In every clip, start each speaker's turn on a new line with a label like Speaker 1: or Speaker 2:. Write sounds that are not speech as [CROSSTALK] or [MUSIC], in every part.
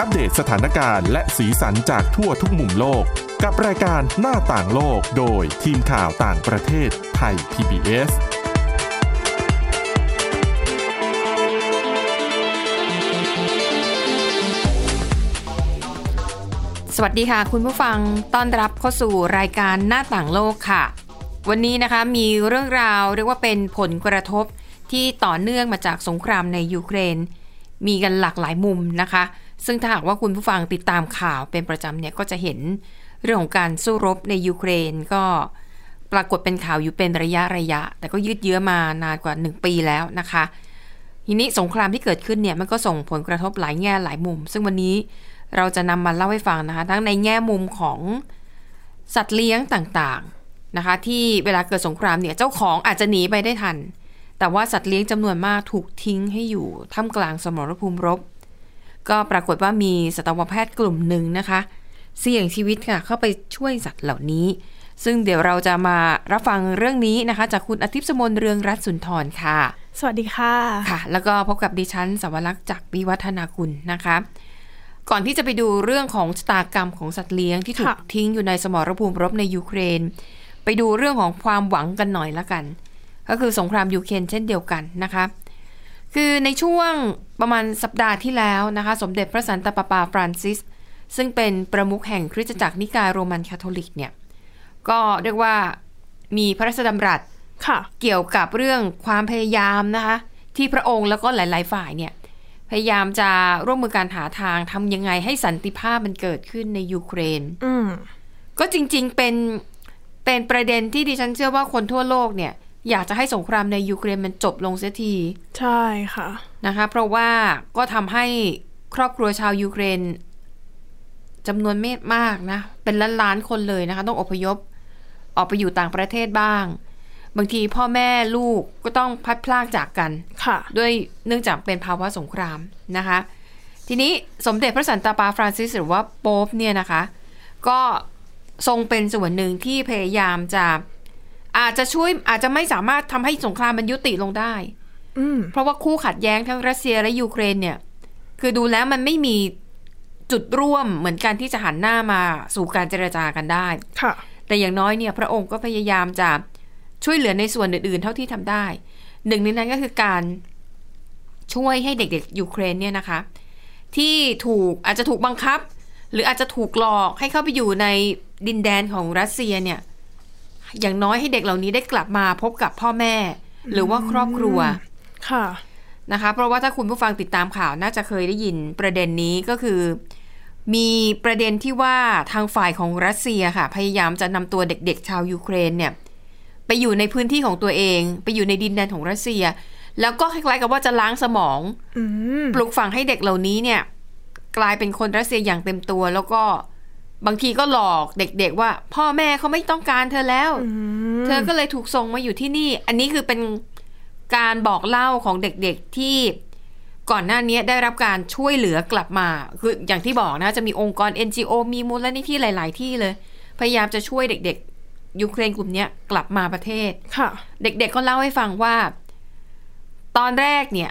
Speaker 1: อัปเดตสถานการณ์และสีสันจากทั่วทุกมุมโลก กับรายการหน้าต่างโลกโดยทีมข่าวต่างประเทศไทย PBS
Speaker 2: สวัสดีค่ะ คุณผู้ฟังต้อนรับเข้าสู่รายการหน้าต่างโลกค่ะ วันนี้นะคะมีเรื่องราวเรียกว่าเป็นผลกระทบที่ต่อเนื่องมาจากสงครามในยูเครน มีกันหลากหลายมุมนะคะ ซึ่งถ้าหากว่าคุณผู้ฟังติดตามข่าวเป็นประจำเนี่ยก็จะเห็นเรื่องของการสู้รบในยูเครนก็ปรากฏเป็นข่าวอยู่เป็นระยะระยะ แต่ก็ยืดเยื้อมานานกว่า 1 ปีแล้วนะคะ ทีนี้สงครามที่เกิดขึ้นเนี่ยมันก็ส่งผลกระทบหลายแง่หลายมุม ซึ่งวันนี้เราจะนำมาเล่าให้ฟังนะคะ ทั้งในแง่มุมของสัตว์เลี้ยงต่างๆนะคะ ที่เวลาเกิดสงครามเนี่ยเจ้าของอาจจะหนีไปได้ทัน แต่ว่าสัตว์เลี้ยงจำนวนมากถูกทิ้งให้อยู่ท่ามกลางสมรภูมิรบ ก็ปรากฏว่ามีสัตวแพทย์กลุ่มหนึ่งนะคะ เสี่ยงชีวิตค่ะเข้าไปช่วยสัตว์เหล่านี้ ซึ่งเดี๋ยวเราจะมารับฟังเรื่องนี้นะคะ จากคุณอาทิตย์สมนเรืองรัตน์สุนทรค่ะ
Speaker 3: สวัสดีค่ะ
Speaker 2: ค่ะแล้วก็พบกับดิฉันสวรักษ์จากวิวัฒนาคุณนะคะ ก่อนที่จะไปดูเรื่องของชะตากรรมของสัตว์เลี้ยงที่ถูก
Speaker 3: ค่ะ
Speaker 2: ทิ้งอยู่ในสมรภูมิรบในยูเครน ไปดูเรื่องของความหวังกันหน่อยละกัน ก็คือสงครามยูเครนเช่นเดียวกันนะคะ คือในช่วงประมาณสัปดาห์ที่แล้วนะคะ สมเด็จพระสันตะปาปาฟรานซิส ซึ่งเป็นประมุขแห่งคริสตจักรนิกายโรมันคาทอลิกเนี่ยก็เรียกว่ามีพระราชดำรัส
Speaker 3: ค่ะ
Speaker 2: เกี่ยวกับเรื่องความพยายามนะคะ ที่พระองค์แล้วก็หลาย ๆ ฝ่ายเนี่ย พยายามจะร่วมมือการหาทางทำยังไงให้สันติภาพมันเกิดขึ้นในยูเครน
Speaker 3: อืม
Speaker 2: ก็จริง ๆ เป็นเป็นประเด็นที่ดิฉันเชื่อว่าคนทั่วโลกเนี่ย อยากจะให้สงครามในยูเครนมันจบลงเสียที
Speaker 3: ใช่ค่ะ
Speaker 2: นะคะ เพราะว่าก็ทำให้ครอบครัวชาวยูเครนจำนวนเมตมากนะ เป็นล้านล้านๆคนเลยนะคะ ต้องอพยพ ออกไปอยู่ต่างประเทศบ้าง บางทีพ่อแม่ลูกก็ต้องพัดพลากจากกัน
Speaker 3: ค่ะ
Speaker 2: ด้วยเนื่องจากเป็นภาวะสงครามนะคะ ทีนี้สมเด็จพระสันตะปาฟรานซิสหรือว่าโป๊ปเนี่ยนะคะ ก็ทรงเป็นส่วนหนึ่งที่พยายามจะอาจจะช่วยอาจจะไม่สามารถทำให้สงครามมันยุติลงได้
Speaker 3: อืม
Speaker 2: เพราะว่าคู่ขัดแย้งทั้งรัสเซียและยูเครนเนี่ย คือดูแล้วมันไม่มีจุดร่วมเหมือนกันที่จะหันหน้ามาสู่การเจรจากันได้
Speaker 3: ค่ะ
Speaker 2: แต่อย่างน้อยเนี่ยพระองค์ก็พยายามจะช่วยเหลือในส่วนอื่นๆ เท่าที่ทำได้ หนึ่งในนั้นก็คือการช่วยให้เด็กๆยูเครนเนี่ยนะคะ ที่ถูกอาจจะถูกบังคับ หรืออาจจะถูกหลอกให้เข้าไปอยู่ในดินแดนของรัสเซียเนี่ย อย่างน้อยให้เด็กเหล่านี้ได้กลับมาพบกับพ่อแม่ หรือว่าครอบครัว
Speaker 3: ค่ะ
Speaker 2: นะคะเพราะว่าถ้าคุณผู้ฟังติดตามข่าวน่าจะเคยได้ยินประเด็นนี้ก็คือ มีประเด็นที่ว่าทางฝ่ายของรัสเซียค่ะ พยายามจะนำตัวเด็กๆ ชาวยูเครนเนี่ยไปอยู่ในพื้นที่ของตัวเอง ไปอยู่ในดินแดนของรัสเซีย แล้วก็คล้ายๆกับว่าจะล้างสมอง
Speaker 3: อืม
Speaker 2: ปลูกฝังให้เด็กเหล่านี้เนี่ย กลายเป็นคนรัสเซียอย่างเต็มตัว แล้วก็บางทีก็หลอกเด็กๆว่า พ่อแม่เขาไม่ต้องการเธอแล้ว เธอก็เลยถูกส่งมาอยู่ที่นี่ อันนี้คือเป็นการบอกเล่าของเด็กๆที่ก่อนหน้านี้ได้รับการช่วยเหลือกลับมา คืออย่างที่บอกนะ จะมีองค์กร NGO มีมูลนิธิหลาย ๆ ที่เลย พยายามจะช่วยเด็กๆยูเครนกลุ่มเนี้ยกลับมาประเทศ
Speaker 3: ค่ะ
Speaker 2: เด็กๆก็เล่าให้ฟังว่า ตอนแรกเนี่ย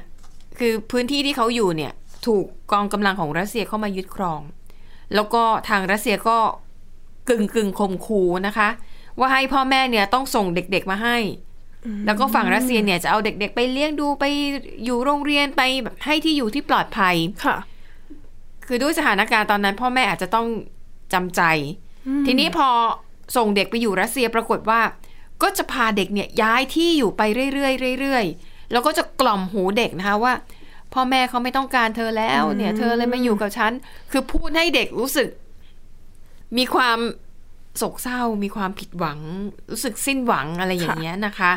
Speaker 2: คือพื้นที่ที่เขาอยู่เนี่ย ถูกกองกำลังของรัสเซียเข้ามายึดครอง แล้วก็ทางรัสเซียก็กึ่งกึ่งๆข่มขู่นะคะ ว่าให้พ่อแม่เนี่ยต้องส่งเด็กๆมาให้ แล้วก็ฝั่งรัสเซียเนี่ยจะเอาเด็ก ๆ ไปเลี้ยงดูไปอยู่โรงเรียนไปแบบให้ที่อยู่ที่ปลอดภัย
Speaker 3: ค่ะ
Speaker 2: คือด้วยสถานการณ์ตอนนั้น พ่อแม่อาจจะต้องจำใจ ทีนี้พอส่งเด็กไปอยู่รัสเซียปรากฏว่า ก็จะพาเด็กเนี่ยย้ายที่อยู่ไปเรื่อยๆเรื่อยๆแล้วก็จะกล่อมหูเด็กนะคะว่า พ่อแม่เขาไม่ต้องการเธอแล้ว เนี่ย เธอเลยมาอยู่กับฉัน คือพูดให้เด็กรู้สึก มีความโศกเศร้า มีความผิดหวัง รู้สึกสิ้นหวังอะไรอย่างเงี้ยนะคะ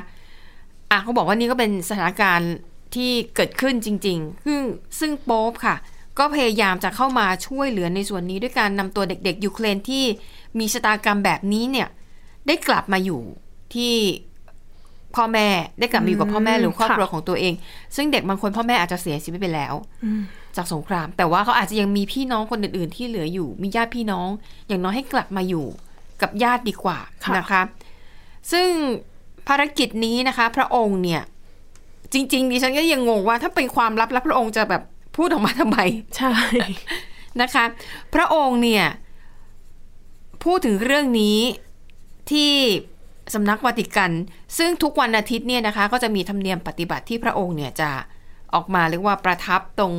Speaker 2: อ่ะเขาบอกว่านี่ก็เป็นสถานการณ์ที่เกิดขึ้นจริง ๆ ซึ่งซึ่งโป๊ปค่ะ ก็พยายามจะเข้ามาช่วยเหลือในส่วนนี้ด้วยการนำตัวเด็กๆยูเครนที่มีชะตากรรมแบบนี้เนี่ย ได้กลับมาอยู่ที่พ่อแม่ได้กลับมาอยู่กับพ่อแม่หรือครอบครัวของตัวเอง ซึ่งเด็กบางคนพ่อแม่อาจจะเสียชีวิตไปแล้ว
Speaker 3: อืม
Speaker 2: จากสงคราม แต่ว่าเขาอาจจะยังมีพี่น้องคนอื่นๆ ที่เหลืออยู่ มีญาติพี่น้อง อย่างน้อยให้กลับมาอยู่กับญาติดีกว่า
Speaker 3: ค่ะ
Speaker 2: นะคะ ซึ่งภารกิจนี้นะคะ พระองค์เนี่ย จ
Speaker 3: [LAUGHS]
Speaker 2: ริง ๆ ดิฉันก็ยังงงว่าถ้าเป็นความลับแล้วพระองค์จะแบบพูดออกมาทำไม
Speaker 3: ใช่
Speaker 2: ใน นะคะ พระองค์เนี่ย พูดถึงเรื่องนี้ที่สำนักวาติกัน ซึ่งทุกวันอาทิตย์เนี่ยนะคะ ก็จะมีธรรมเนียมปฏิบัติที่พระองค์เนี่ยจะออกมาเรียกว่าประทับตรง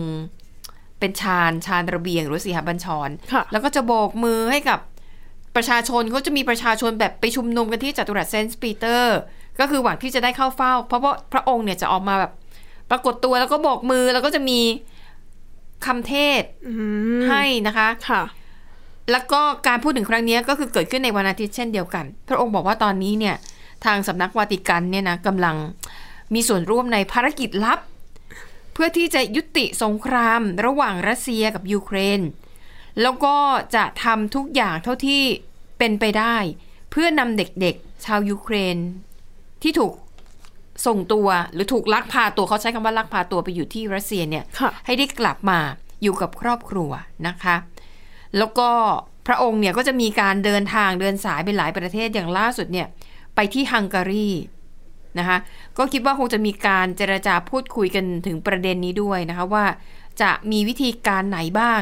Speaker 2: เป็นชานชานระเบียง หรือสีหบัญชร
Speaker 3: ค่ะ
Speaker 2: แล้วก็จะโบกมือให้กับประชาชนก็จะมีประชาชนแบบไปชุมนุมกันที่จัตุรัสเซนต์ปีเตอร์ ก็คือหวังที่จะได้เข้าเฝ้า เพราะว่าพระองค์เนี่ยจะออกมาแบบปรากฏตัวแล้วก็โบกมือแล้วก็จะมีคำเทศน์
Speaker 3: อืม
Speaker 2: ให้นะคะ
Speaker 3: ค่ะ
Speaker 2: แล้วก็การพูดถึงครั้งนี้ก็คือเกิดขึ้นในวันอาทิตย์เช่นเดียวกัน พระองค์บอกว่าตอนนี้เนี่ยทางสำนักวาติกันเนี่ยนะกำลังมีส่วนร่วมในภารกิจลับ เพื่อที่จะยุติสงครามระหว่างรัสเซียกับยูเครน แล้วก็จะทำทุกอย่างเท่าที่เป็นไปได้ เพื่อนำเด็กๆ ชาวยูเครน ที่ถูกส่งตัวหรือถูกลักพาตัวเขาใช้คำว่าลักพาตัวไปอยู่ที่รัสเซียเนี่ย
Speaker 3: ค่ะ
Speaker 2: ให้ได้กลับมาอยู่กับครอบครัวนะคะ แล้วก็พระองค์เนี่ยก็จะมีการเดินทางเดินสายไปหลายประเทศอย่างล่าสุดเนี่ยไปที่ฮังการีนะคะ ก็คิดว่าคงจะมีการเจรจาพูดคุยกันถึงประเด็นนี้ด้วยนะคะว่าจะมีวิธีการไหนบ้าง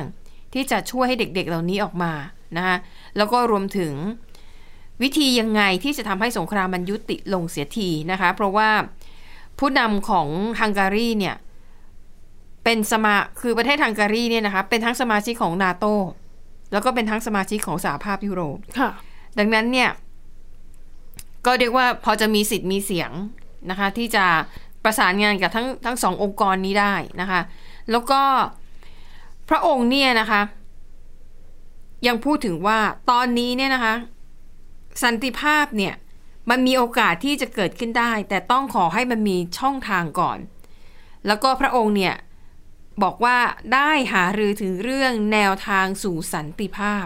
Speaker 2: ที่จะช่วยให้เด็กๆเหล่านี้ออกมานะคะแล้วก็รวมถึงวิธียังไงที่จะทำให้สงครามมันยุติลงเสียทีนะคะ เพราะว่าผู้นำของฮังการีเนี่ย เป็นสมาคือประเทศฮังการีเนี่ยนะคะเป็นทั้งสมาชิกของนาโตแล้วก็เป็นทั้งสมาชิกของสหภาพยุโรป
Speaker 3: ค่ะ
Speaker 2: ดังนั้นเนี่ย ก็เรียกว่าพอจะมีสิทธิ์มีเสียงนะคะ ที่จะประสานงานกับทั้งทั้งสององค์กรนี้ได้นะคะ แล้วก็พระองค์เนี่ยนะคะ ยังพูดถึงว่าตอนนี้เนี่ยนะคะ สันติภาพเนี่ย มันมีโอกาสที่จะเกิดขึ้นได้ แต่ต้องขอให้มันมีช่องทางก่อน แล้วก็พระองค์เนี่ย บอกว่าได้หารือถึงเรื่องแนวทางสู่สันติภาพ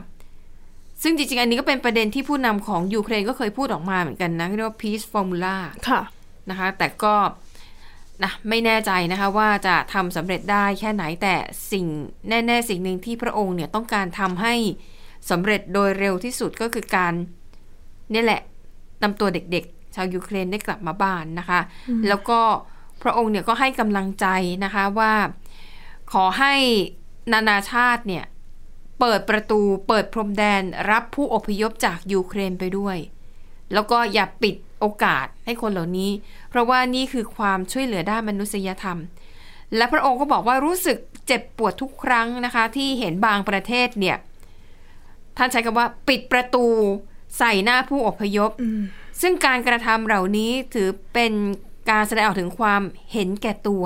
Speaker 2: ซึ่งจริงๆ อันนี้ก็เป็นประเด็นที่ผู้นำของยูเครนก็เคยพูดออกมาเหมือนกันนะเรียกว่า peace formula
Speaker 3: ค่ะ
Speaker 2: นะคะ แต่ก็นะไม่แน่ใจนะคะว่าจะทำสำเร็จได้แค่ไหนแต่สิ่งแน่ ๆ สิ่งหนึ่งที่พระองค์เนี่ยต้องการทำให้สำเร็จโดยเร็วที่สุดก็คือการนี่แหละนำตัวเด็กๆ ชาวยูเครนได้กลับมาบ้านนะคะ แล้วก็พระองค์เนี่ยก็ให้กำลังใจนะคะว่าขอให้นานาชาติเนี่ย เปิดประตูเปิดพรมแดนรับผู้อพยพจากยูเครนไปด้วย แล้วก็อย่าปิดโอกาสให้คนเหล่านี้ เพราะว่านี่คือความช่วยเหลือด้านมนุษยธรรม และพระองค์ก็บอกว่ารู้สึกเจ็บปวดทุกครั้งนะคะ ที่เห็นบางประเทศเนี่ย ท่านใช้คำว่าปิดประตูใส่หน้าผู้อพยพ
Speaker 3: อืม
Speaker 2: ซึ่งการกระทำเหล่านี้ถือเป็นการแสดงออกถึงความเห็นแก่ตัว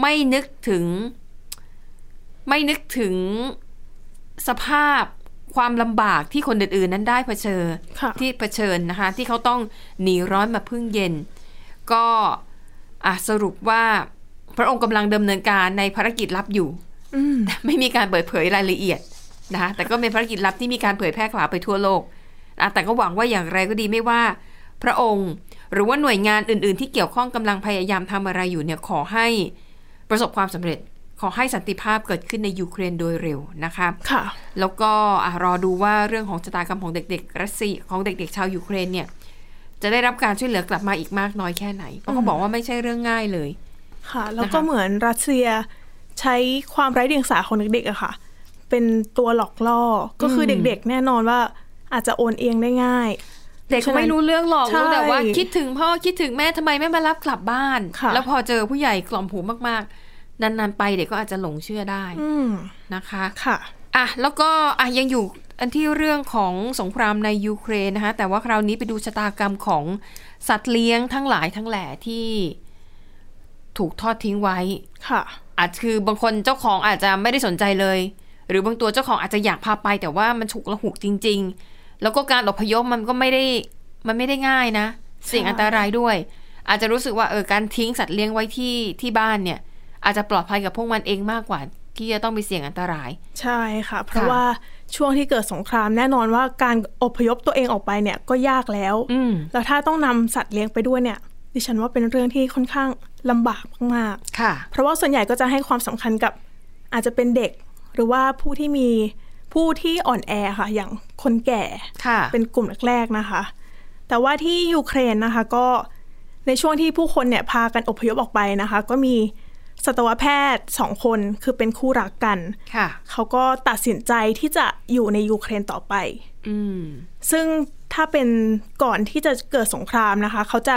Speaker 2: ไม่นึกถึง ไม่นึกถึงสภาพความลำบากที่คนอื่นๆนั้นได้เผชิญ
Speaker 3: ค่ะ
Speaker 2: ที่เผชิญนะคะ ที่เขาต้องหนีร้อนมาพึ่งเย็น ก็อ่ะสรุปว่าพระองค์กำลังดำเนินการในภารกิจลับอยู่
Speaker 3: อืม
Speaker 2: [LAUGHS] ไม่มีการเปิดเผยรายละเอียดนะคะแต่ก็เป็นภารกิจลับที่มีการเผยแพร่ข่าวไปทั่วโลกอ่ะแต่ก็หวังว่าอย่างไรก็ดีไม่ว่า พระองค์หรือว่าหน่วยงานอื่น ๆ ที่เกี่ยวข้องกำลังพยายามทำอะไรอยู่เนี่ยขอให้ประสบความสำเร็จ ขอให้สันติภาพเกิดขึ้นในยูเครนโดยเร็วนะคะ
Speaker 3: ค่ะ
Speaker 2: แล้วก็อ่ะรอดูว่าเรื่องของชะตากรรมของเด็ก ๆ รัสเซียของเด็ก ๆ ชาวยูเครนเนี่ย จะได้รับการช่วยเหลือกลับมาอีกมากน้อยแค่ไหนเพราะเขาบอกว่าไม่ใช่เรื่องง่ายเลย
Speaker 3: ค่ะ แล้ว
Speaker 2: นะคะ
Speaker 3: ก็เหมือนรัสเซียใช้ความไร้เดียงสาของเด็กๆอะค่ะ เป็นตัวหลอกล่อ ก็คือเด็กๆ แน่นอนว่าอาจจะโอนเอียงได้ง่าย
Speaker 2: เด็กเขาไม่รู้เรื่องหรอก
Speaker 3: ใช่
Speaker 2: รู้แต่ว่าคิดถึงพ่อคิดถึงแม่ทำไมไม่มารับกลับบ้าน
Speaker 3: ค่ะ
Speaker 2: แล้วพอเจอผู้ใหญ่กล่อมหูมากๆ นานๆไปเด็กก็อาจจะหลงเชื่อได้
Speaker 3: อืม
Speaker 2: นะคะ
Speaker 3: ค่ะ
Speaker 2: อ่ะแล้วก็อ่ะยังอยู่อันที่เรื่องของสงครามในยูเครนนะคะแต่ว่าคราวนี้ไปดูชะตากรรมของสัตว์เลี้ยงทั้งหลายทั้งแหล่ที่ถูกทอดทิ้งไว้
Speaker 3: ค่ะ
Speaker 2: อาจคือบางคนเจ้าของอาจจะไม่ได้สนใจเลย หรือบางตัวเจ้าของอาจจะอยากพาไป แต่ว่ามันฉุกละหุกจริง ๆ แล้วก็การอพยพมันก็ไม่ได้มันไม่ได้ง่ายนะเสิ่ยงอันตรายด้วย อาจจะรู้สึกว่าเออการทิ้งสัตว์เลี้ยงไว้ที่ที่บ้านเนี่ย อาจจะปลอดภัยกับพวกมันเองมากกว่า ที่จะต้องไปเสี่ยงอันตราย
Speaker 3: ใช่ค่ะ เพราะ
Speaker 2: ค่ะ
Speaker 3: ว่าช่วงที่เกิดสงครามแน่นอนว่าการอพยพตัวเองออกไปเนี่ยก็ยากแล้ว
Speaker 2: อืม
Speaker 3: แล้วถ้าต้องนำสัตว์เลี้ยงไปด้วยเนี่ย ดิฉันว่าเป็นเรื่องที่ค่อนข้างลำบากมากๆ
Speaker 2: ค่ะ
Speaker 3: เพราะว่าส่วนใหญ่ก็จะให้ความสำคัญกับอาจจะเป็นเด็ก หรือว่าผู้ที่มีผู้ที่อ่อนแอค่ะ อย่างคนแก่
Speaker 2: ค่ะ
Speaker 3: เป็นกลุ่มแรกๆนะคะ แต่ว่าที่ยูเครนนะคะก็ในช่วงที่ผู้คนเนี่ยพากันอพยพออกไปนะคะ ก็มี สัตวแพทย์สองคนคือเป็นคู่รักกัน
Speaker 2: ค่ะ
Speaker 3: เขาก็ตัดสินใจที่จะอยู่ในยูเครนต่อไป
Speaker 2: อืม
Speaker 3: ซึ่งถ้าเป็นก่อนที่จะเกิดสงครามนะคะ เขาจะ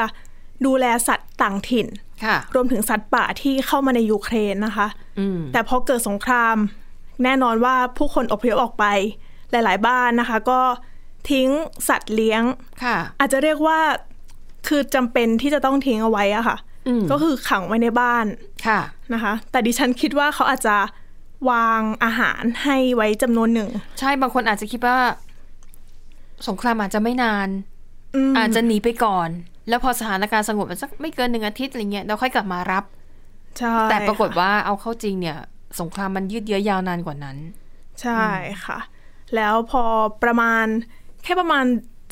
Speaker 3: ดูแลสัตว์ต่างถิ่น
Speaker 2: ค่ะ
Speaker 3: รวมถึงสัตว์ป่าที่เข้ามาในยูเครนนะคะ
Speaker 2: อืม
Speaker 3: แต่พอเกิดสงคราม แน่นอนว่าผู้คนอพยพออกไป หลาย ๆ บ้านนะคะ ก็ทิ้งสัตว์เลี้ยง
Speaker 2: ค่ะ
Speaker 3: อาจจะเรียกว่าคือจำเป็นที่จะต้องทิ้งเอาไว้อะค่ะ
Speaker 2: อืม
Speaker 3: ก็คือขังไว้ในบ้าน
Speaker 2: ค่ะ
Speaker 3: นะคะ แต่ดิฉันคิดว่าเขาอาจจะวางอาหารให้ไว้จำนวนหนึ่ง
Speaker 2: ใช่ บางคนอาจจะคิดว่า สงครามอาจจะไม่นาน
Speaker 3: ม
Speaker 2: อาจจะหนีไปก่อน แล้วพอสถานการณ์สงบสักไม่เกินหนึ่งอาทิตย์อะไรเงี้ยเราค่อยกลับมารับ
Speaker 3: ใช่
Speaker 2: แต่ปรากฏ
Speaker 3: ค่ะ
Speaker 2: ว่าเอาเข้าจริงเนี่ย สงครามมันยืดเยื้อยาวนานกว่านั้น
Speaker 3: ใช่ค่ะ แล้วพอประมาณแค่ประมาณ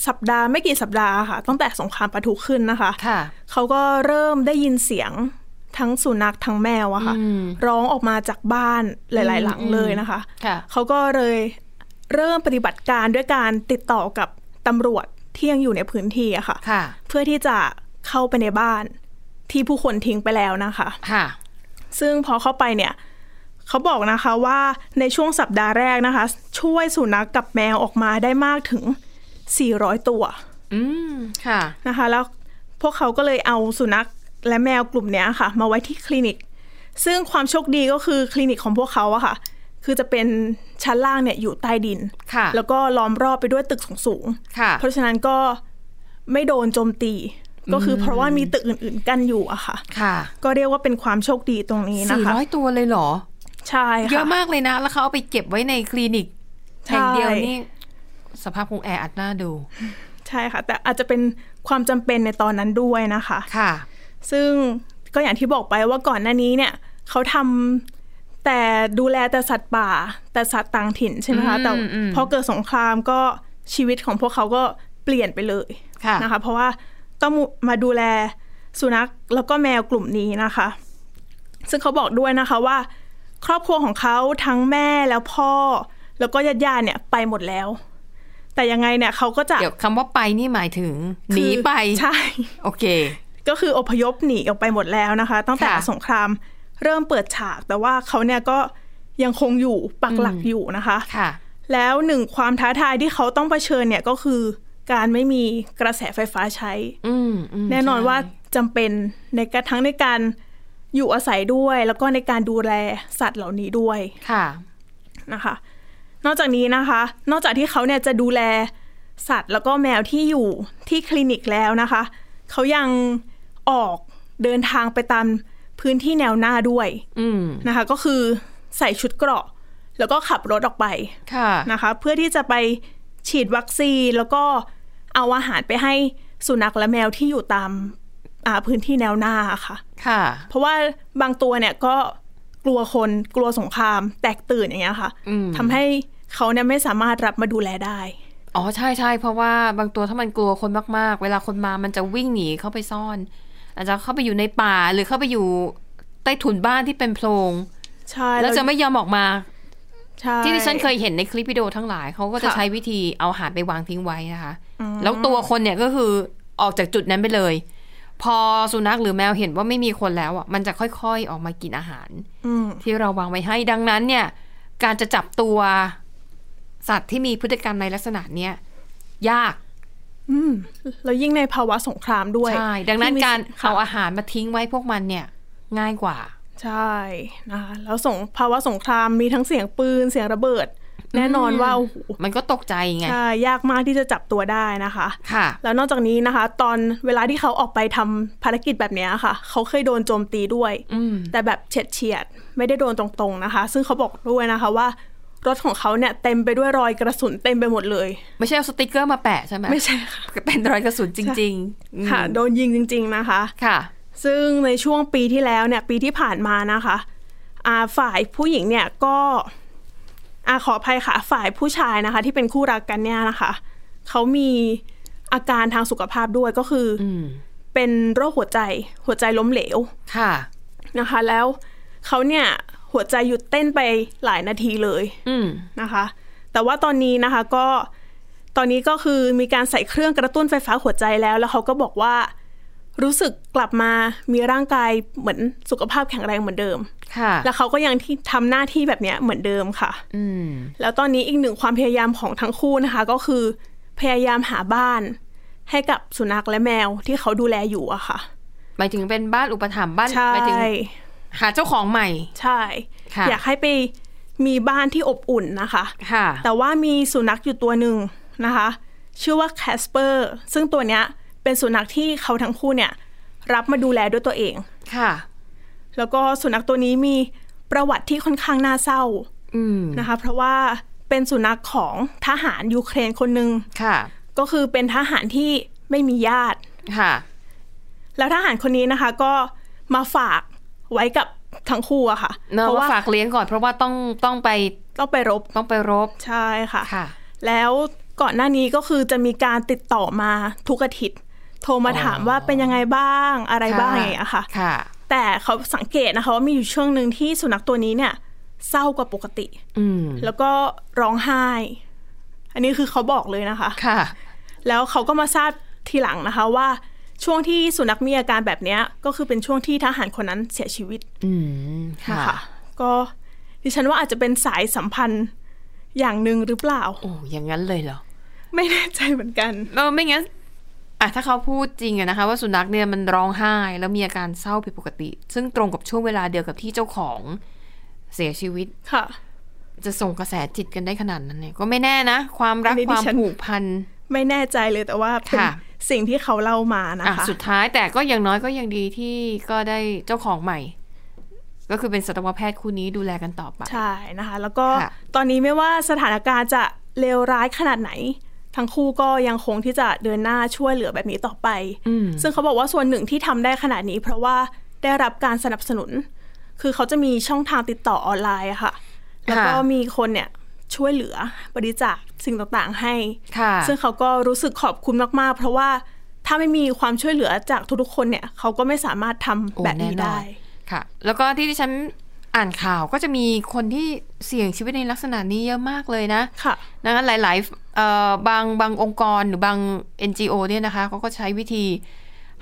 Speaker 3: สัปดาห์ไม่กี่สัปดาห์ค่ะ ตั้งแต่สงครามปะทุขึ้นนะคะ
Speaker 2: ค่ะ
Speaker 3: เขาก็เริ่มได้ยินเสียงทั้งสุนัขทั้งแมวอะค่ะ
Speaker 2: อืม
Speaker 3: ร้องออกมาจากบ้านหลาย
Speaker 2: อืม
Speaker 3: ๆ หลังเลยนะคะ
Speaker 2: ค่ะ
Speaker 3: เขาก็เลยเริ่มปฏิบัติการด้วยการติดต่อกับตำรวจที่ยังอยู่ในพื้นที่อะค่ะ
Speaker 2: ค่ะ
Speaker 3: เพื่อที่จะเข้าไปในบ้านที่ผู้คนทิ้งไปแล้วนะคะ
Speaker 2: ค่ะ
Speaker 3: ซึ่งพอเข้าไปเนี่ยเขาบอกนะคะว่าในช่วงสัปดาห์แรกนะคะ ช่วยสุนัขกกับแมวออกมาได้มากถึง 400 ตัว
Speaker 2: อืม ค่ะ
Speaker 3: นะคะ แล้วพวกเขาก็เลยเอาสุนัขและแมวกลุ่มเนี้ยค่ะ มาไว้ที่คลินิก ซึ่งความโชคดีก็คือคลินิกของพวกเขาอะค่ะ คือจะเป็นชั้นล่างเนี่ยอยู่ใต้ดิน
Speaker 2: ค่ะ
Speaker 3: แล้วก็ล้อมรอบไปด้วยตึกสูง
Speaker 2: ค่ะ
Speaker 3: ๆเพราะฉะนั้นก็ไม่โดนโจมตี ก็คือเพราะว่ามีตึกอื่นๆ กั้นอยู่อะค่ะ
Speaker 2: ค่ะ
Speaker 3: ก็เรียกว่าเป็นความโชคดีตรงนี้นะ
Speaker 2: สี่
Speaker 3: คะ
Speaker 2: ร้อยตัวเลยเหรอ
Speaker 3: ใช่ค่ะ
Speaker 2: เยอะมากเลยนะ แล้วเขาเอาไปเก็บไว้ในคลินิก
Speaker 3: ใช่
Speaker 2: แห่งเดียวนี่ สภาพคงแออัดน่าดู
Speaker 3: ใช่ค่ะ แต่อาจจะเป็นความจำเป็นในตอนนั้นด้วยนะคะ
Speaker 2: ค่ะ
Speaker 3: ซึ่งก็อย่างที่บอกไปว่าก่อนหน้านี้เนี่ยเขาทำแต่ดูแลแต่สัตว์ป่า แต่สัตว์ต่างถิ่นใช่ไหมคะ
Speaker 2: อืม
Speaker 3: แต่
Speaker 2: อืม
Speaker 3: พอเกิดสงครามก็ชีวิตของพวกเขาก็เปลี่ยนไปเลย
Speaker 2: ค่ะ
Speaker 3: นะคะ เพราะว่าต้องมาดูแลสุนัขแล้วก็แมวกลุ่มนี้นะคะ ซึ่งเขาบอกด้วยนะคะว่า ครอบครัวของเขาทั้งแม่แล้วพ่อ แล้วก็ญาติญาติๆเนี่ยไปหมดแล้ว แต่ยังไงเนี่ยเขาก็จะ
Speaker 2: เดี๋ยวคำว่าไปนี่หมายถึง หนี
Speaker 3: คือ
Speaker 2: ไป
Speaker 3: ใช่ [LAUGHS]
Speaker 2: โอเค
Speaker 3: ก็คืออพยพหนีออกไปหมดแล้วนะคะ ตั้งแต่
Speaker 2: ค่ะ
Speaker 3: สงครามเริ่มเปิดฉาก แต่ว่าเขาเนี่ยก็ยังคงอยู่ปักหลัก
Speaker 2: อืม
Speaker 3: อยู่นะคะ
Speaker 2: ค่ะ
Speaker 3: แล้วหนึ่งความท้าทายที่เขาต้องเผชิญเนี่ยก็คือการไม่มีกระแสไฟฟ้าใช้
Speaker 2: อืมม
Speaker 3: แน่นอน
Speaker 2: ใช่
Speaker 3: ว่าจำเป็นในกระทั้งในการอยู่อาศัยด้วย แล้วก็ในการดูแลสัตว์เหล่านี้ด้วย
Speaker 2: ค่ะ
Speaker 3: นะคะ นอกจากนี้นะคะ นอกจากที่เขาเนี่ยจะดูแลสัตว์แล้วก็แมวที่อยู่ที่คลินิกแล้วนะคะ เขายังออกเดินทางไปตามพื้นที่แนวหน้าด้วย
Speaker 2: อืม
Speaker 3: นะคะ ก็คือใส่ชุดเกราะ แล้วก็ขับรถออกไป
Speaker 2: ค่ะ
Speaker 3: นะคะ เพื่อที่จะไปฉีดวัคซีนแล้วก็เอาอาหารไปให้สุนัขและแมวที่อยู่ตามอ่าพื้นที่แนวหน้าค่ะ
Speaker 2: ค่ะ
Speaker 3: เพราะว่าบางตัวเนี่ยก็กลัวคนกลัวสงคราม แตกตื่นอย่างเงี้ยค่ะ
Speaker 2: อืม
Speaker 3: ทำให้เขาเนี่ยไม่สามารถรับมาดูแลได้
Speaker 2: อ๋อ ใช่ใช่เพราะว่าบางตัวถ้ามันกลัวคนมาก ๆ เวลาคนมามันจะวิ่งหนีเข้าไปซ่อน อาจจะเข้าไปอยู่ในป่าหรือเข้าไปอยู่ใต้ถุนบ้านที่เป็นโพรง
Speaker 3: ใช่
Speaker 2: แล้วจะไม่ยอมออกมา
Speaker 3: ใช่
Speaker 2: ที่ดิฉันเคยเห็นในคลิปวิดีโอทั้งหลายเขาก็จะใช้วิธีเอาอาหารไปวางทิ้งไว้นะคะ แล้วตัวคนเนี่ยก็คือออกจากจุดนั้นไปเลย พอสุนัขหรือแมวเห็นว่าไม่มีคนแล้วอ่ะมันจะค่อยๆออกมากินอาหาร
Speaker 3: อืม
Speaker 2: ที่เราวางไว้ให้ดังนั้นเนี่ย การจะจับตัวสัตว์ที่มีพฤติกรรมในลักษณะเนี้ยยาก
Speaker 3: อืมแล้วยิ่งในภาวะสงครามด้วย
Speaker 2: ใช่ ดังนั้น
Speaker 3: ที่มี
Speaker 2: การ
Speaker 3: ค่ะ
Speaker 2: เอาอาหารมาทิ้งไว้พวกมันเนี่ย ง่ายกว่า
Speaker 3: ใช่นะคะแล้วสงภาวะสงครามมีทั้งเสียงปืนเสียงระเบิด แน่นอนว่าโอ้โห
Speaker 2: มันก็ตกใจไง
Speaker 3: ใช่ยากมากที่จะจับตัวได้นะคะ
Speaker 2: ค่ะ
Speaker 3: แล้วนอกจากนี้นะคะ ตอนเวลาที่เขาออกไปทำภารกิจแบบเนี้ยค่ะ เขาเคยโดนโจมตีด้วย
Speaker 2: อืม
Speaker 3: แต่แบบเฉียดเฉียดๆไม่ได้โดนตรงๆนะคะ ซึ่งเขาบอกด้วยนะคะว่า รถของเขาเนี่ยเต็มไปด้วยรอยกระสุนเต็มไปหมดเลย
Speaker 2: ไม่ใช่เอาสติกเกอร์มาแปะใช่ไหม
Speaker 3: ไม่ใช่ค่ะ
Speaker 2: เป็นรอยกระสุนจริงๆอืม
Speaker 3: ค่ะ โดนยิงจริง ๆนะคะ
Speaker 2: ค่ะ
Speaker 3: ซึ่งในช่วงปีที่แล้วเนี่ยปีที่ผ่านมานะคะอ่าฝ่ายผู้หญิงเนี่ยก็อาขออภัยค่ะฝ่ายผู้ชายนะคะ ที่เป็นคู่รักกันเนี่ยนะคะเขามีอาการทางสุขภาพด้วยก็คืออ
Speaker 2: อืม
Speaker 3: เป็นโรคหัวใจหัวใจล้มเหลว
Speaker 2: ค่ะ
Speaker 3: นะคะแล้วเขาเนี่ยหัวใจหยุดเต้นไปหลายนาทีเลย
Speaker 2: อืม
Speaker 3: นะคะ แต่ว่าตอนนี้นะคะก็ตอนนี้ก็คือมีการใส่เครื่องกระตุ้นไฟฟ้าหัวใจแล้ว แล้วเขาก็บอกว่า รู้สึกกลับมามีร่างกายเหมือนสุขภาพแข็งแรงเหมือนเดิม
Speaker 2: ค่ะ
Speaker 3: แล้วเขาก็ยังที่ทำหน้าที่แบบเนี้ยเหมือนเดิมค่ะ
Speaker 2: อืม
Speaker 3: แล้วตอนนี้อีกหนึ่งความพยายามของทั้งคู่นะคะ ก็คือพยายามหาบ้าน ให้กับสุนัขและแมวที่เขาดูแลอยู่อะค่ะ
Speaker 2: หมายถึงเป็นบ้านอุปถัมภ์บ้าน
Speaker 3: ใช่
Speaker 2: หมายถึงหาเจ้าของใหม่
Speaker 3: ใช่
Speaker 2: ค่ะ
Speaker 3: อยากให้ไปมีบ้านที่อบอุ่นนะคะ
Speaker 2: ค่ะ
Speaker 3: แต่ว่ามีสุนัขอยู่ตัวหนึ่งนะคะ ชื่อว่าแคสเปอร์ซึ่งตัวเนี้ยเป็นสุนัขที่เขาทั้งคู่เนี่ยรับมาดูแลด้วยตัวเอง
Speaker 2: ค่ะ
Speaker 3: แล้วก็สุนัขตัวนี้มีประวัติที่ค่อนข้างน่าเศร้า
Speaker 2: อืม
Speaker 3: นะคะ เพราะว่าเป็นสุนัขของทหารยูเครนคนหนึ่ง
Speaker 2: ค่ะ
Speaker 3: ก็คือเป็นทหารที่ไม่มีญาติ
Speaker 2: ค่ะ
Speaker 3: แล้วทหารคนนี้นะคะก็มาฝากไว้กับทั้งคู่อะค่ะ
Speaker 2: เนอะ
Speaker 3: ราะ
Speaker 2: ว่า
Speaker 3: ว่า
Speaker 2: ฝากเลี้ยงก่อนเพราะว่าต้องต้องไป
Speaker 3: ต้องไปรบ
Speaker 2: ต้องไปรบ
Speaker 3: ใช่ค่ะ
Speaker 2: ค่ะ
Speaker 3: แล้วก่อนหน้านี้ก็คือจะมีการติดต่อมาทุกอาทิตย์ โทรมาถามว่าเป็นยังไงบ้างอะไรบ้าง
Speaker 2: ค่
Speaker 3: อย่างเงี้ยค่ะ
Speaker 2: ค่ะ
Speaker 3: แต่เขาสังเกตนะคะว่ามีอยู่ช่วงหนึ่งที่สุนัขตัวนี้เนี่ยเศร้ากว่าปกติ
Speaker 2: อืม
Speaker 3: แล้วก็ร้องไห้ อันนี้คือเขาบอกเลยนะคะ
Speaker 2: ค่ะ
Speaker 3: แล้วเขาก็มาทราบทีหลังนะคะว่าช่วงที่สุนัขมีอาการแบบเนี้ยก็คือเป็นช่วงที่ทหารคนนั้นเสียชีวิต
Speaker 2: อืม
Speaker 3: นะ
Speaker 2: ค่ะ
Speaker 3: คะก็ดิฉันว่าอาจจะเป็นสายสัมพันธ์อย่างหนึ่งหรือเปล่า
Speaker 2: โอ้อย่างนั้นเลยเหรอ
Speaker 3: ไม่แน่ใจเหมือนกัน
Speaker 2: เออไม่งั้นอ่ะถ้าเขาพูดจริงอะนะคะ ว่าสุนัขเนี่ยมันร้องไห้ แล้วมีอาการเศร้าผิดปกติ ซึ่งตรงกับช่วงเวลาเดียวกับที่เจ้าของเสียชีวิต
Speaker 3: ค่ะ
Speaker 2: จะส่งกระแสจิตกันได้ขนาดนั้นเนี่ยก็ไม่แน่นะ ความรัก
Speaker 3: อันนี้
Speaker 2: ค
Speaker 3: ดิ
Speaker 2: วาม
Speaker 3: ฉัน
Speaker 2: ผูกพัน
Speaker 3: ไม่แน่ใจเลยแต่ว่าเป็น
Speaker 2: ค่ะ
Speaker 3: สิ่งที่เขาเล่ามานะ
Speaker 2: อ่ะ
Speaker 3: คะ
Speaker 2: สุดท้ายแต่ก็อย่างน้อยก็ยังดีที่ก็ได้เจ้าของใหม่ ก็คือเป็นสัตวแพทย์คู่นี้ดูแลกันต่อไป
Speaker 3: ใช่นะคะ แล้วก็
Speaker 2: ค่ะ
Speaker 3: ตอนนี้ไม่ว่าสถานการณ์จะเลวร้ายขนาดไหน ทั้งคู่ก็ยังคงที่จะเดินหน้าช่วยเหลือแบบนี้ต่อไป
Speaker 2: อืม
Speaker 3: ซึ่งเขาบอกว่าส่วนหนึ่งที่ทำได้ขนาดนี้ เพราะว่าได้รับการสนับสนุน คือเขาจะมีช่องทางติดต่อออนไลน์อะค่ะ แล้วก็
Speaker 2: ค่ะ
Speaker 3: มีคนเนี่ยช่วยเหลือบริจาคสิ่งต่างๆให้
Speaker 2: ค่ะ
Speaker 3: ซึ่งเขาก็รู้สึกขอบคุณมาก ๆ เพราะว่าถ้าไม่มีความช่วยเหลือจากทุกๆคนเนี่ย เขาก็ไม่สามารถทำ
Speaker 2: โอ้
Speaker 3: แบบ
Speaker 2: น่
Speaker 3: นี้
Speaker 2: นอน
Speaker 3: ได้
Speaker 2: ค่ะ แล้วก็ที่ที่ฉันอ่านข่าวก็จะมีคนที่เสี่ยงชีวิตในลักษณะนี้เยอะมากเลยนะ
Speaker 3: ค่ะ
Speaker 2: นะคะหลายๆเอ่อบางบางองค์กรหรือบาง NGO เนี่ยนะคะเขาก็ใช้วิธี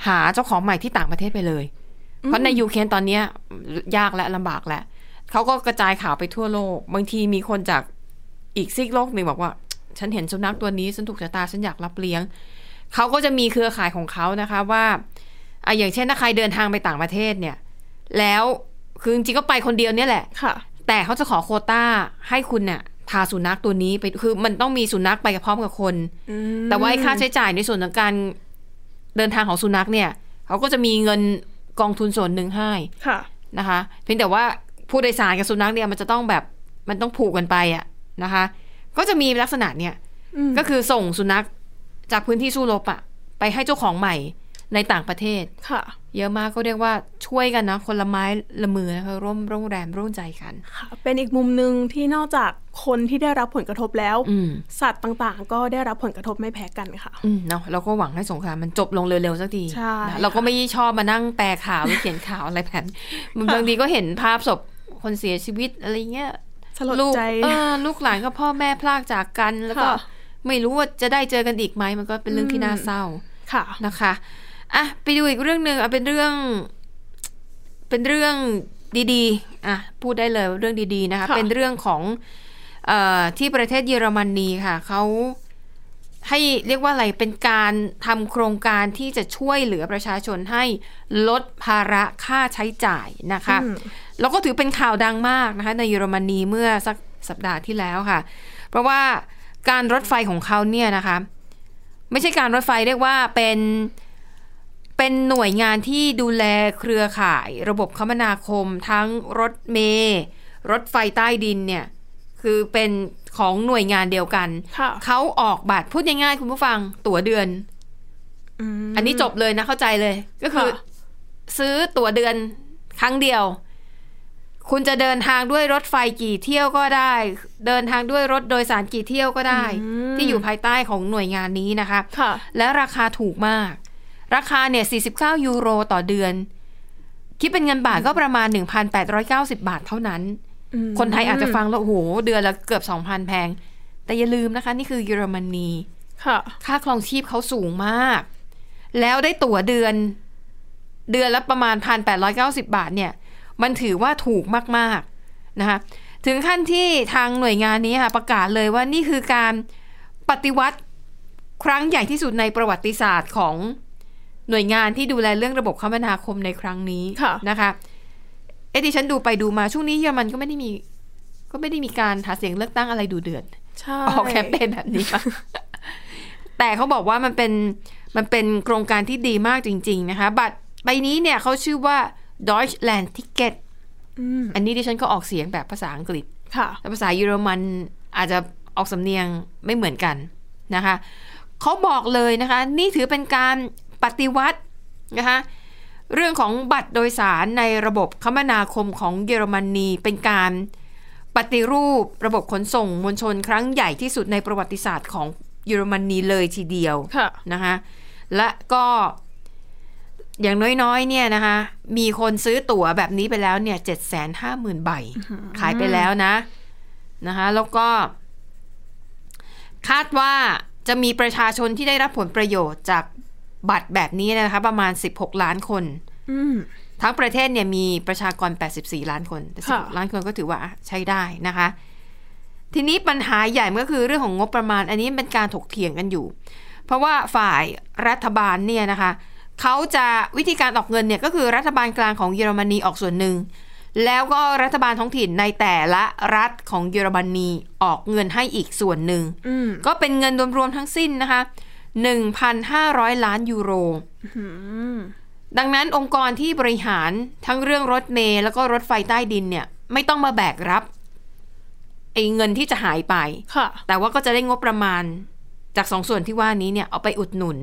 Speaker 2: หาเจ้าของใหม่ที่ต่างประเทศไปเลย เพราะในยูเครนตอนเนี้ยยากและลำบากแล้วเขาก็กระจายข่าวไปทั่วโลก บางทีมีคนจากอีกซีกโลกหนึ่งบอกว่า ฉันเห็นสุนัขตัวนี้ฉันถูกชะตาฉันอยากรับเลี้ยง เขาก็จะมีเครือข่ายของเขานะคะว่าอ่ะอย่างเช่นถ้าใครเดินทางไปต่างประเทศเนี่ย แล้วคือจริงๆก็ไปคนเดียวเนี่ยแหละ
Speaker 3: ค่ะ
Speaker 2: แต่เขาจะขอโควต้าให้คุณเนี่ยพาสุนัขตัวนี้ไปคือมันต้องมีสุนัขไปกับพร้อมกับคน แต่ว่าไอ้ค่าใช้จ่ายในส่วนของการเดินทางของสุนัขเนี่ยเขาก็จะมีเงินกองทุนส่วนหนึ่งให้
Speaker 3: ค่ะ
Speaker 2: นะคะเพียงแต่ว่าผู้โดยสารกับสุนัขเนี่ยมันจะต้องแบบมันต้องผูกกันไปอะนะคะ ก็จะมีลักษณะเนี่ย
Speaker 3: อืม
Speaker 2: ก็คือส่งสุนัขจากพื้นที่สู้รบอะไปให้เจ้าของใหม่ในต่างประเทศ
Speaker 3: ค่ะ
Speaker 2: เยอะมากก็เรียกว่าช่วยกันนะคนละไม้ละมือนะคะร่วมร่วมแรงร่วมใจกัน
Speaker 3: ค่ะ เป็นอีกมุมหนึ่งที่นอกจากคนที่ได้รับผลกระทบแล้ว
Speaker 2: อืม
Speaker 3: สัตว์ต่างๆ ก็ได้รับผลกระทบไม่แพ้กันค่ะ
Speaker 2: อืมเนาะเราก็หวังให้สงครามมันจบลงเร็ว ๆ สักที
Speaker 3: ใช่
Speaker 2: นะเราก็ไม่ชอบมานั่งแปลข่าวหรือเขียนข่าวอะไรแผ
Speaker 3: [LAUGHS]
Speaker 2: นบางทีก็เห็นภาพศพคนเสียชีวิตอะไรเงี้ย
Speaker 3: สลด
Speaker 2: ลูก
Speaker 3: ใจ
Speaker 2: เออลูกหลานกับพ่อแม่พลากจากกัน แล้วก็
Speaker 3: ค่ะ
Speaker 2: ไม่รู้ว่าจะได้เจอกันอีกไหมมันก็เป็นเรื่องที่น่า
Speaker 3: อืม
Speaker 2: เศร้า
Speaker 3: ค่ะ
Speaker 2: นะคะอ่ะไปดูอีกเรื่องหนึ่งอ่ะเป็นเรื่อง เป็นเรื่องดีๆอ่ะพูดได้เลยเรื่องดีๆนะคะ
Speaker 3: ค่ะ
Speaker 2: เป็นเรื่องของเอ่อที่ประเทศเยอรมนีค่ะเขาให้เรียกว่าอะไรเป็นการทำโครงการที่จะช่วยเหลือประชาชนให้ลดภาระค่าใช้จ่ายนะคะ แล้วก็ถือเป็นข่าวดังมากนะคะ ในเยอรมนีเมื่อสักสัปดาห์ที่แล้วค่ะ เพราะว่าการรถไฟของเขาเนี่ยนะคะ ไม่ใช่การรถไฟเรียกว่าเป็น เป็นหน่วยงานที่ดูแลเครือข่าย ระบบคมนาคม ทั้งรถเมล์รถไฟใต้ดินเนี่ยคือเป็นของหน่วยงานเดียวกัน
Speaker 3: ค่ะ
Speaker 2: เขาออกบัตรพูดง่ายๆคุณผู้ฟังตั๋วเดือน
Speaker 3: ม
Speaker 2: อันนี้จบเลยนะเข้าใจเลย ก็คือ
Speaker 3: ค่ะ
Speaker 2: ซื้อตั๋วเดือนครั้งเดียว คุณจะเดินทางด้วยรถไฟกี่เที่ยวก็ได้ เดินทางด้วยรถโดยสารกี่เที่ยวก็ได้ ที่อยู่ภายใต้ของหน่วยงานนี้นะคะ
Speaker 3: ค่ะ
Speaker 2: และราคาถูกมาก ราคาเนี่ย 49 ยูโรต่อเดือน คิดเป็นเงินบาทก็ประมาณ 1,890 บาทเท่านั้น
Speaker 3: อืม
Speaker 2: คนไทยอาจจะฟังแล้วโอ้โห เดือนละเกือบ 2,000 แพง แต่อย่าลืมนะคะ นี่คือเยอรมนี
Speaker 3: ค่ะ
Speaker 2: ค่าครองชีพเขาสูงมาก แล้วได้ตั๋วเดือน เดือนละประมาณ 1,890 บาทเนี่ยมันถือว่าถูกมากๆนะคะถึงขั้นที่ทางหน่วยงานนี้ค่ะประกาศเลยว่านี่คือการปฏิวัติครั้งใหญ่ที่สุดในประวัติศาสตร์ของหน่วยงานที่ดูแลเรื่องระบบคมนาคมในครั้งนี้
Speaker 3: ค่ะ
Speaker 2: นะคะเอะดิฉันดูไปดูมาช่วงนี้เยอรมันก็ไม่ได้มี ก็ไม่ได้มีการหาเสียงเลือกตั้งอะไรดูเดือด
Speaker 3: ใช่
Speaker 2: ออกแคมเปญแบบนี้มา แต่เขาบอกว่ามันเป็นมันเป็นโครงการที่ดีมากจริง ๆ นะคะ บัตรใบนี้เนี่ยเขาชื่อว่า Deutschland Ticket
Speaker 3: อืม
Speaker 2: อันนี้ดิฉันก็ออกเสียงแบบภาษาอังกฤษ
Speaker 3: ค่ะ
Speaker 2: แต่ภาษาเยอรมันอาจจะออกสำเนียงไม่เหมือนกันนะคะเขาบอกเลยนะคะ นี่ถือเป็นการปฏิวัตินะคะเรื่องของบัตรโดยสารในระบบคมนาคมของเยอรมนีเป็นการปฏิรูประบบขนส่งมวลชนครั้งใหญ่ที่สุดในประวัติศาสตร์ของเยอรมนีเลยทีเดียว
Speaker 3: ค่ะ
Speaker 2: นะคะและก็อย่างน้อยๆเนี่ยนะคะมีคนซื้อตั๋วแบบนี้ไปแล้วเนี่ยเจ็ดแสนห้าหมื่นใบ ขายไปแล้วนะนะคะแล้วก็ คาดว่าจะมีประชาชนที่ได้รับผลประโยชน์จากบัตรแบบนี้นะคะประมาณ 16 ล้านคน
Speaker 3: อืม
Speaker 2: ทั้งประเทศเนี่ยมีประชากร 84 ล้านคนแต่
Speaker 3: ค่ะ
Speaker 2: 16ล้านคนก็ถือว่าอ่ะใช้ได้นะคะ ทีนี้ปัญหาใหญ่มันก็คือเรื่องของงบประมาณ อันนี้เป็นการถกเถียงกันอยู่ เพราะว่าฝ่ายรัฐบาลเนี่ยนะคะเขาจะวิธีการออกเงินเนี่ยก็คือรัฐบาลกลางของเยอรมนีออกส่วนหนึ่ง แล้วก็รัฐบาลท้องถิ่นในแต่ละรัฐของเยอรมนีออกเงินให้อีกส่วนหนึ่ง
Speaker 3: อืม
Speaker 2: ก็เป็นเงินรวมๆทั้งสิ้นนะคะ 1,500 ล้านยูโร
Speaker 3: อืม
Speaker 2: ดังนั้นองค์กรที่บริหารทั้งเรื่องรถเมล์แล้วก็รถไฟใต้ดินเนี่ย ไม่ต้องมาแบกรับไอ้เงินที่จะหายไป
Speaker 3: ค่ะ
Speaker 2: แต่ว่าก็จะได้งบประมาณจากสองส่วนที่ว่านี้เนี่ยเอาไปอุดหนุน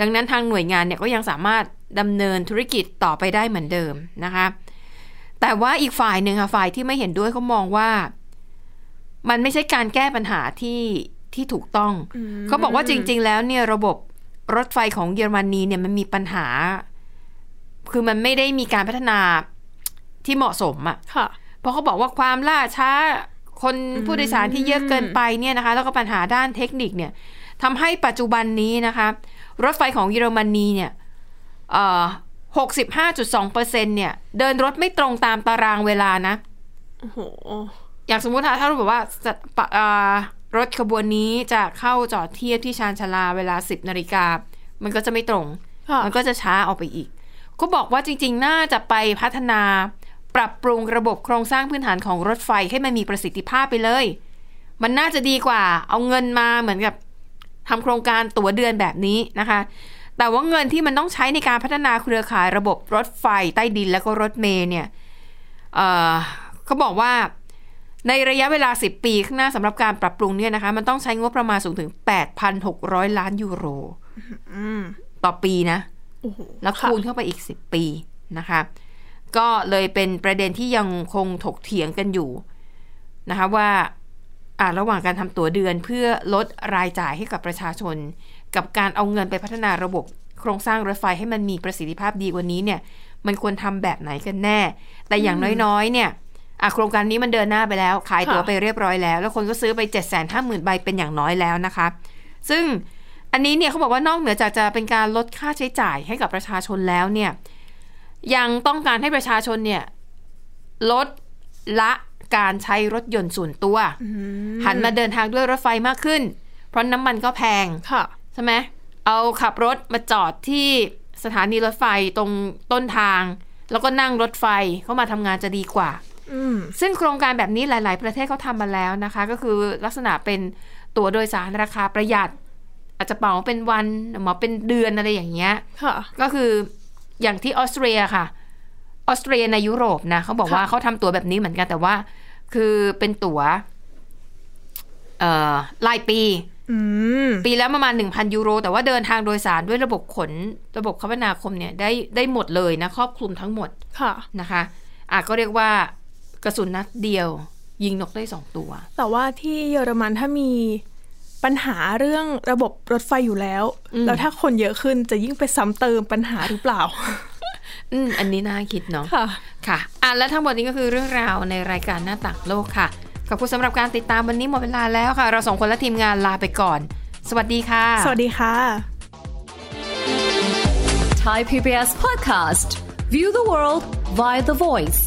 Speaker 2: ดังนั้นทางหน่วยงานเนี่ยก็ยังสามารถดำเนินธุรกิจต่อไปได้เหมือนเดิมนะคะ แต่ว่าอีกฝ่ายหนึ่งค่ะฝ่ายที่ไม่เห็นด้วยเขามองว่า มันไม่ใช่การแก้ปัญหาที่ที่ถูกต้อง
Speaker 3: อืม
Speaker 2: เขาบอกว่าจริง ๆ แล้วเนี่ยระบบรถไฟของเยอรมนีเนี่ยมันมีปัญหา คือมันไม่ได้มีการพัฒนาที่เหมาะสมอะ
Speaker 3: ค่ะ
Speaker 2: เพราะเขาบอกว่าความล่าช้าคนผู้โดยสารที่เยอะเกินไปเนี่ยนะคะ แล้วก็ปัญหาด้านเทคนิคเนี่ยทำให้ปัจจุบันนี้นะคะ รถไฟของเยอรมนีเนี่ยหกสิบห้าจุดสองเปอร์เซ็นเนี่ย เดินรถไม่ตรงตามตารางเวลานะ
Speaker 3: โอ้โห
Speaker 2: อย่างสมมุติถ้าถ้าเราบอกว่าจะปะเอ่อรถขบวนนี้จะเข้าจอดเทียบที่ชานชาลาเวลา 10นาฬิกา มันก็จะไม่ตรง
Speaker 3: ค่ะ
Speaker 2: มันก็จะช้าออกไปอีก ก็บอกว่าจริงๆ น่าจะไปพัฒนาปรับปรุงระบบโครงสร้างพื้นฐานของรถไฟให้มันมีประสิทธิภาพไปเลย มันน่าจะดีกว่า เอาเงินมาเหมือนกับทำโครงการตั๋วเดือนแบบนี้นะคะ แต่ว่าเงินที่มันต้องใช้ในการพัฒนาเครือข่ายระบบรถไฟใต้ดินและก็รถเมล์เนี่ยเอ่อเขาบอกว่า ในระยะเวลา 10 ปีข้างหน้าสำหรับการปรับปรุงเนี่ยนะคะ มันต้องใช้งบประมาณสูงถึง 8,600 ล้านยูโร
Speaker 3: อืม
Speaker 2: ต่อปีนะ
Speaker 3: โอ้โห
Speaker 2: แล้วคูณเข้าไปอีก 10 ปีนะคะ ก็เลยเป็นประเด็นที่ยังคงถกเถียงกันอยู่นะคะว่าอ่าระหว่างการทำตั๋วเดือนเพื่อลดรายจ่ายให้กับประชาชน กับการเอาเงินไปพัฒนาระบบโครงสร้างรถไฟให้มันมีประสิทธิภาพดีกว่านี้เนี่ย มันควรทำแบบไหนกันแน่ แต่อย่างน้อยๆ เนี่ยอ่ะโครงการนี้มันเดินหน้าไปแล้ว ขายตั๋วไปเรียบร้อยแล้ว แล้วคนก็ซื้อไป 7 5 0 0 0 0ใบเป็นอย่างน้อยแล้วนะคะ ซึ่ง อันนี้เนี่ยเขาบอกว่านอกเหนือจากจะเป็นการลดค่าใช้จ่ายให้กับประชาชนแล้วเนี่ยยังต้องการให้ประชาชนเนี่ยลดละการใช้รถยนต์ส่วนตัว
Speaker 3: อืม
Speaker 2: หันมาเดินทางด้วยรถไฟมากขึ้น เพราะน้ำมันก็แพง
Speaker 3: ค่ะ
Speaker 2: ใช่ไหมเอาขับรถมาจอดที่สถานีรถไฟตรงต้นทาง แล้วก็นั่งรถไฟเข้ามาทำงานจะดีกว่า
Speaker 3: อืม
Speaker 2: ซึ่งโครงการแบบนี้หลาย ๆ ประเทศเขาทำมาแล้วนะคะ ก็คือลักษณะเป็นตั๋วโดยสารราคาประหยัด อาจจะเหมาเป็นวันเหมาเป็นเดือนอะไรอย่างเงี้ย
Speaker 3: ค่ะ
Speaker 2: ก็คืออย่างที่ออสเตรียค่ะออสเตรียในยุโรปนะเขาบอกว่า
Speaker 3: ค่ะ
Speaker 2: เขาทำตั๋วแบบนี้เหมือนกันแต่ว่า คือเป็นตั๋วเอ่อรายปี
Speaker 3: อืม
Speaker 2: ปีแล้วประมาณ 1,000 ยูโร แต่ว่าเดินทางโดยสารด้วยระบบขน ระบบคมนาคมเนี่ยได้ได้หมดเลยนะ ครอบคลุมทั้งหมด
Speaker 3: ค่ะ
Speaker 2: นะคะอ่ะก็เรียกว่ากระสุนนัดเดียว ยิงนกได้ 2 ตัว
Speaker 3: แต่ว่าที่เยอรมันถ้ามีปัญหาเรื่องระบบรถไฟอยู่แล้ว
Speaker 2: อืม
Speaker 3: แล้วถ้าคนเยอะขึ้นจะยิ่งไปซ้ำเติมปัญหาหรือเปล่า
Speaker 2: อืมอันนี้น่าคิดเนาะ
Speaker 3: ค่ะ
Speaker 2: ค่ะอ่ะ และทั้งหมดนี้ก็คือเรื่องราวในรายการหน้าต่างโลกค่ะ ขอบคุณสำหรับการติดตามวันนี้หมดเวลาแล้วค่ะ เราสองคนและทีมงานลาไปก่อน สวัสดีค่ะ
Speaker 3: สวัสดีค่ะ
Speaker 4: Thai PBS podcast. View the world via the voice.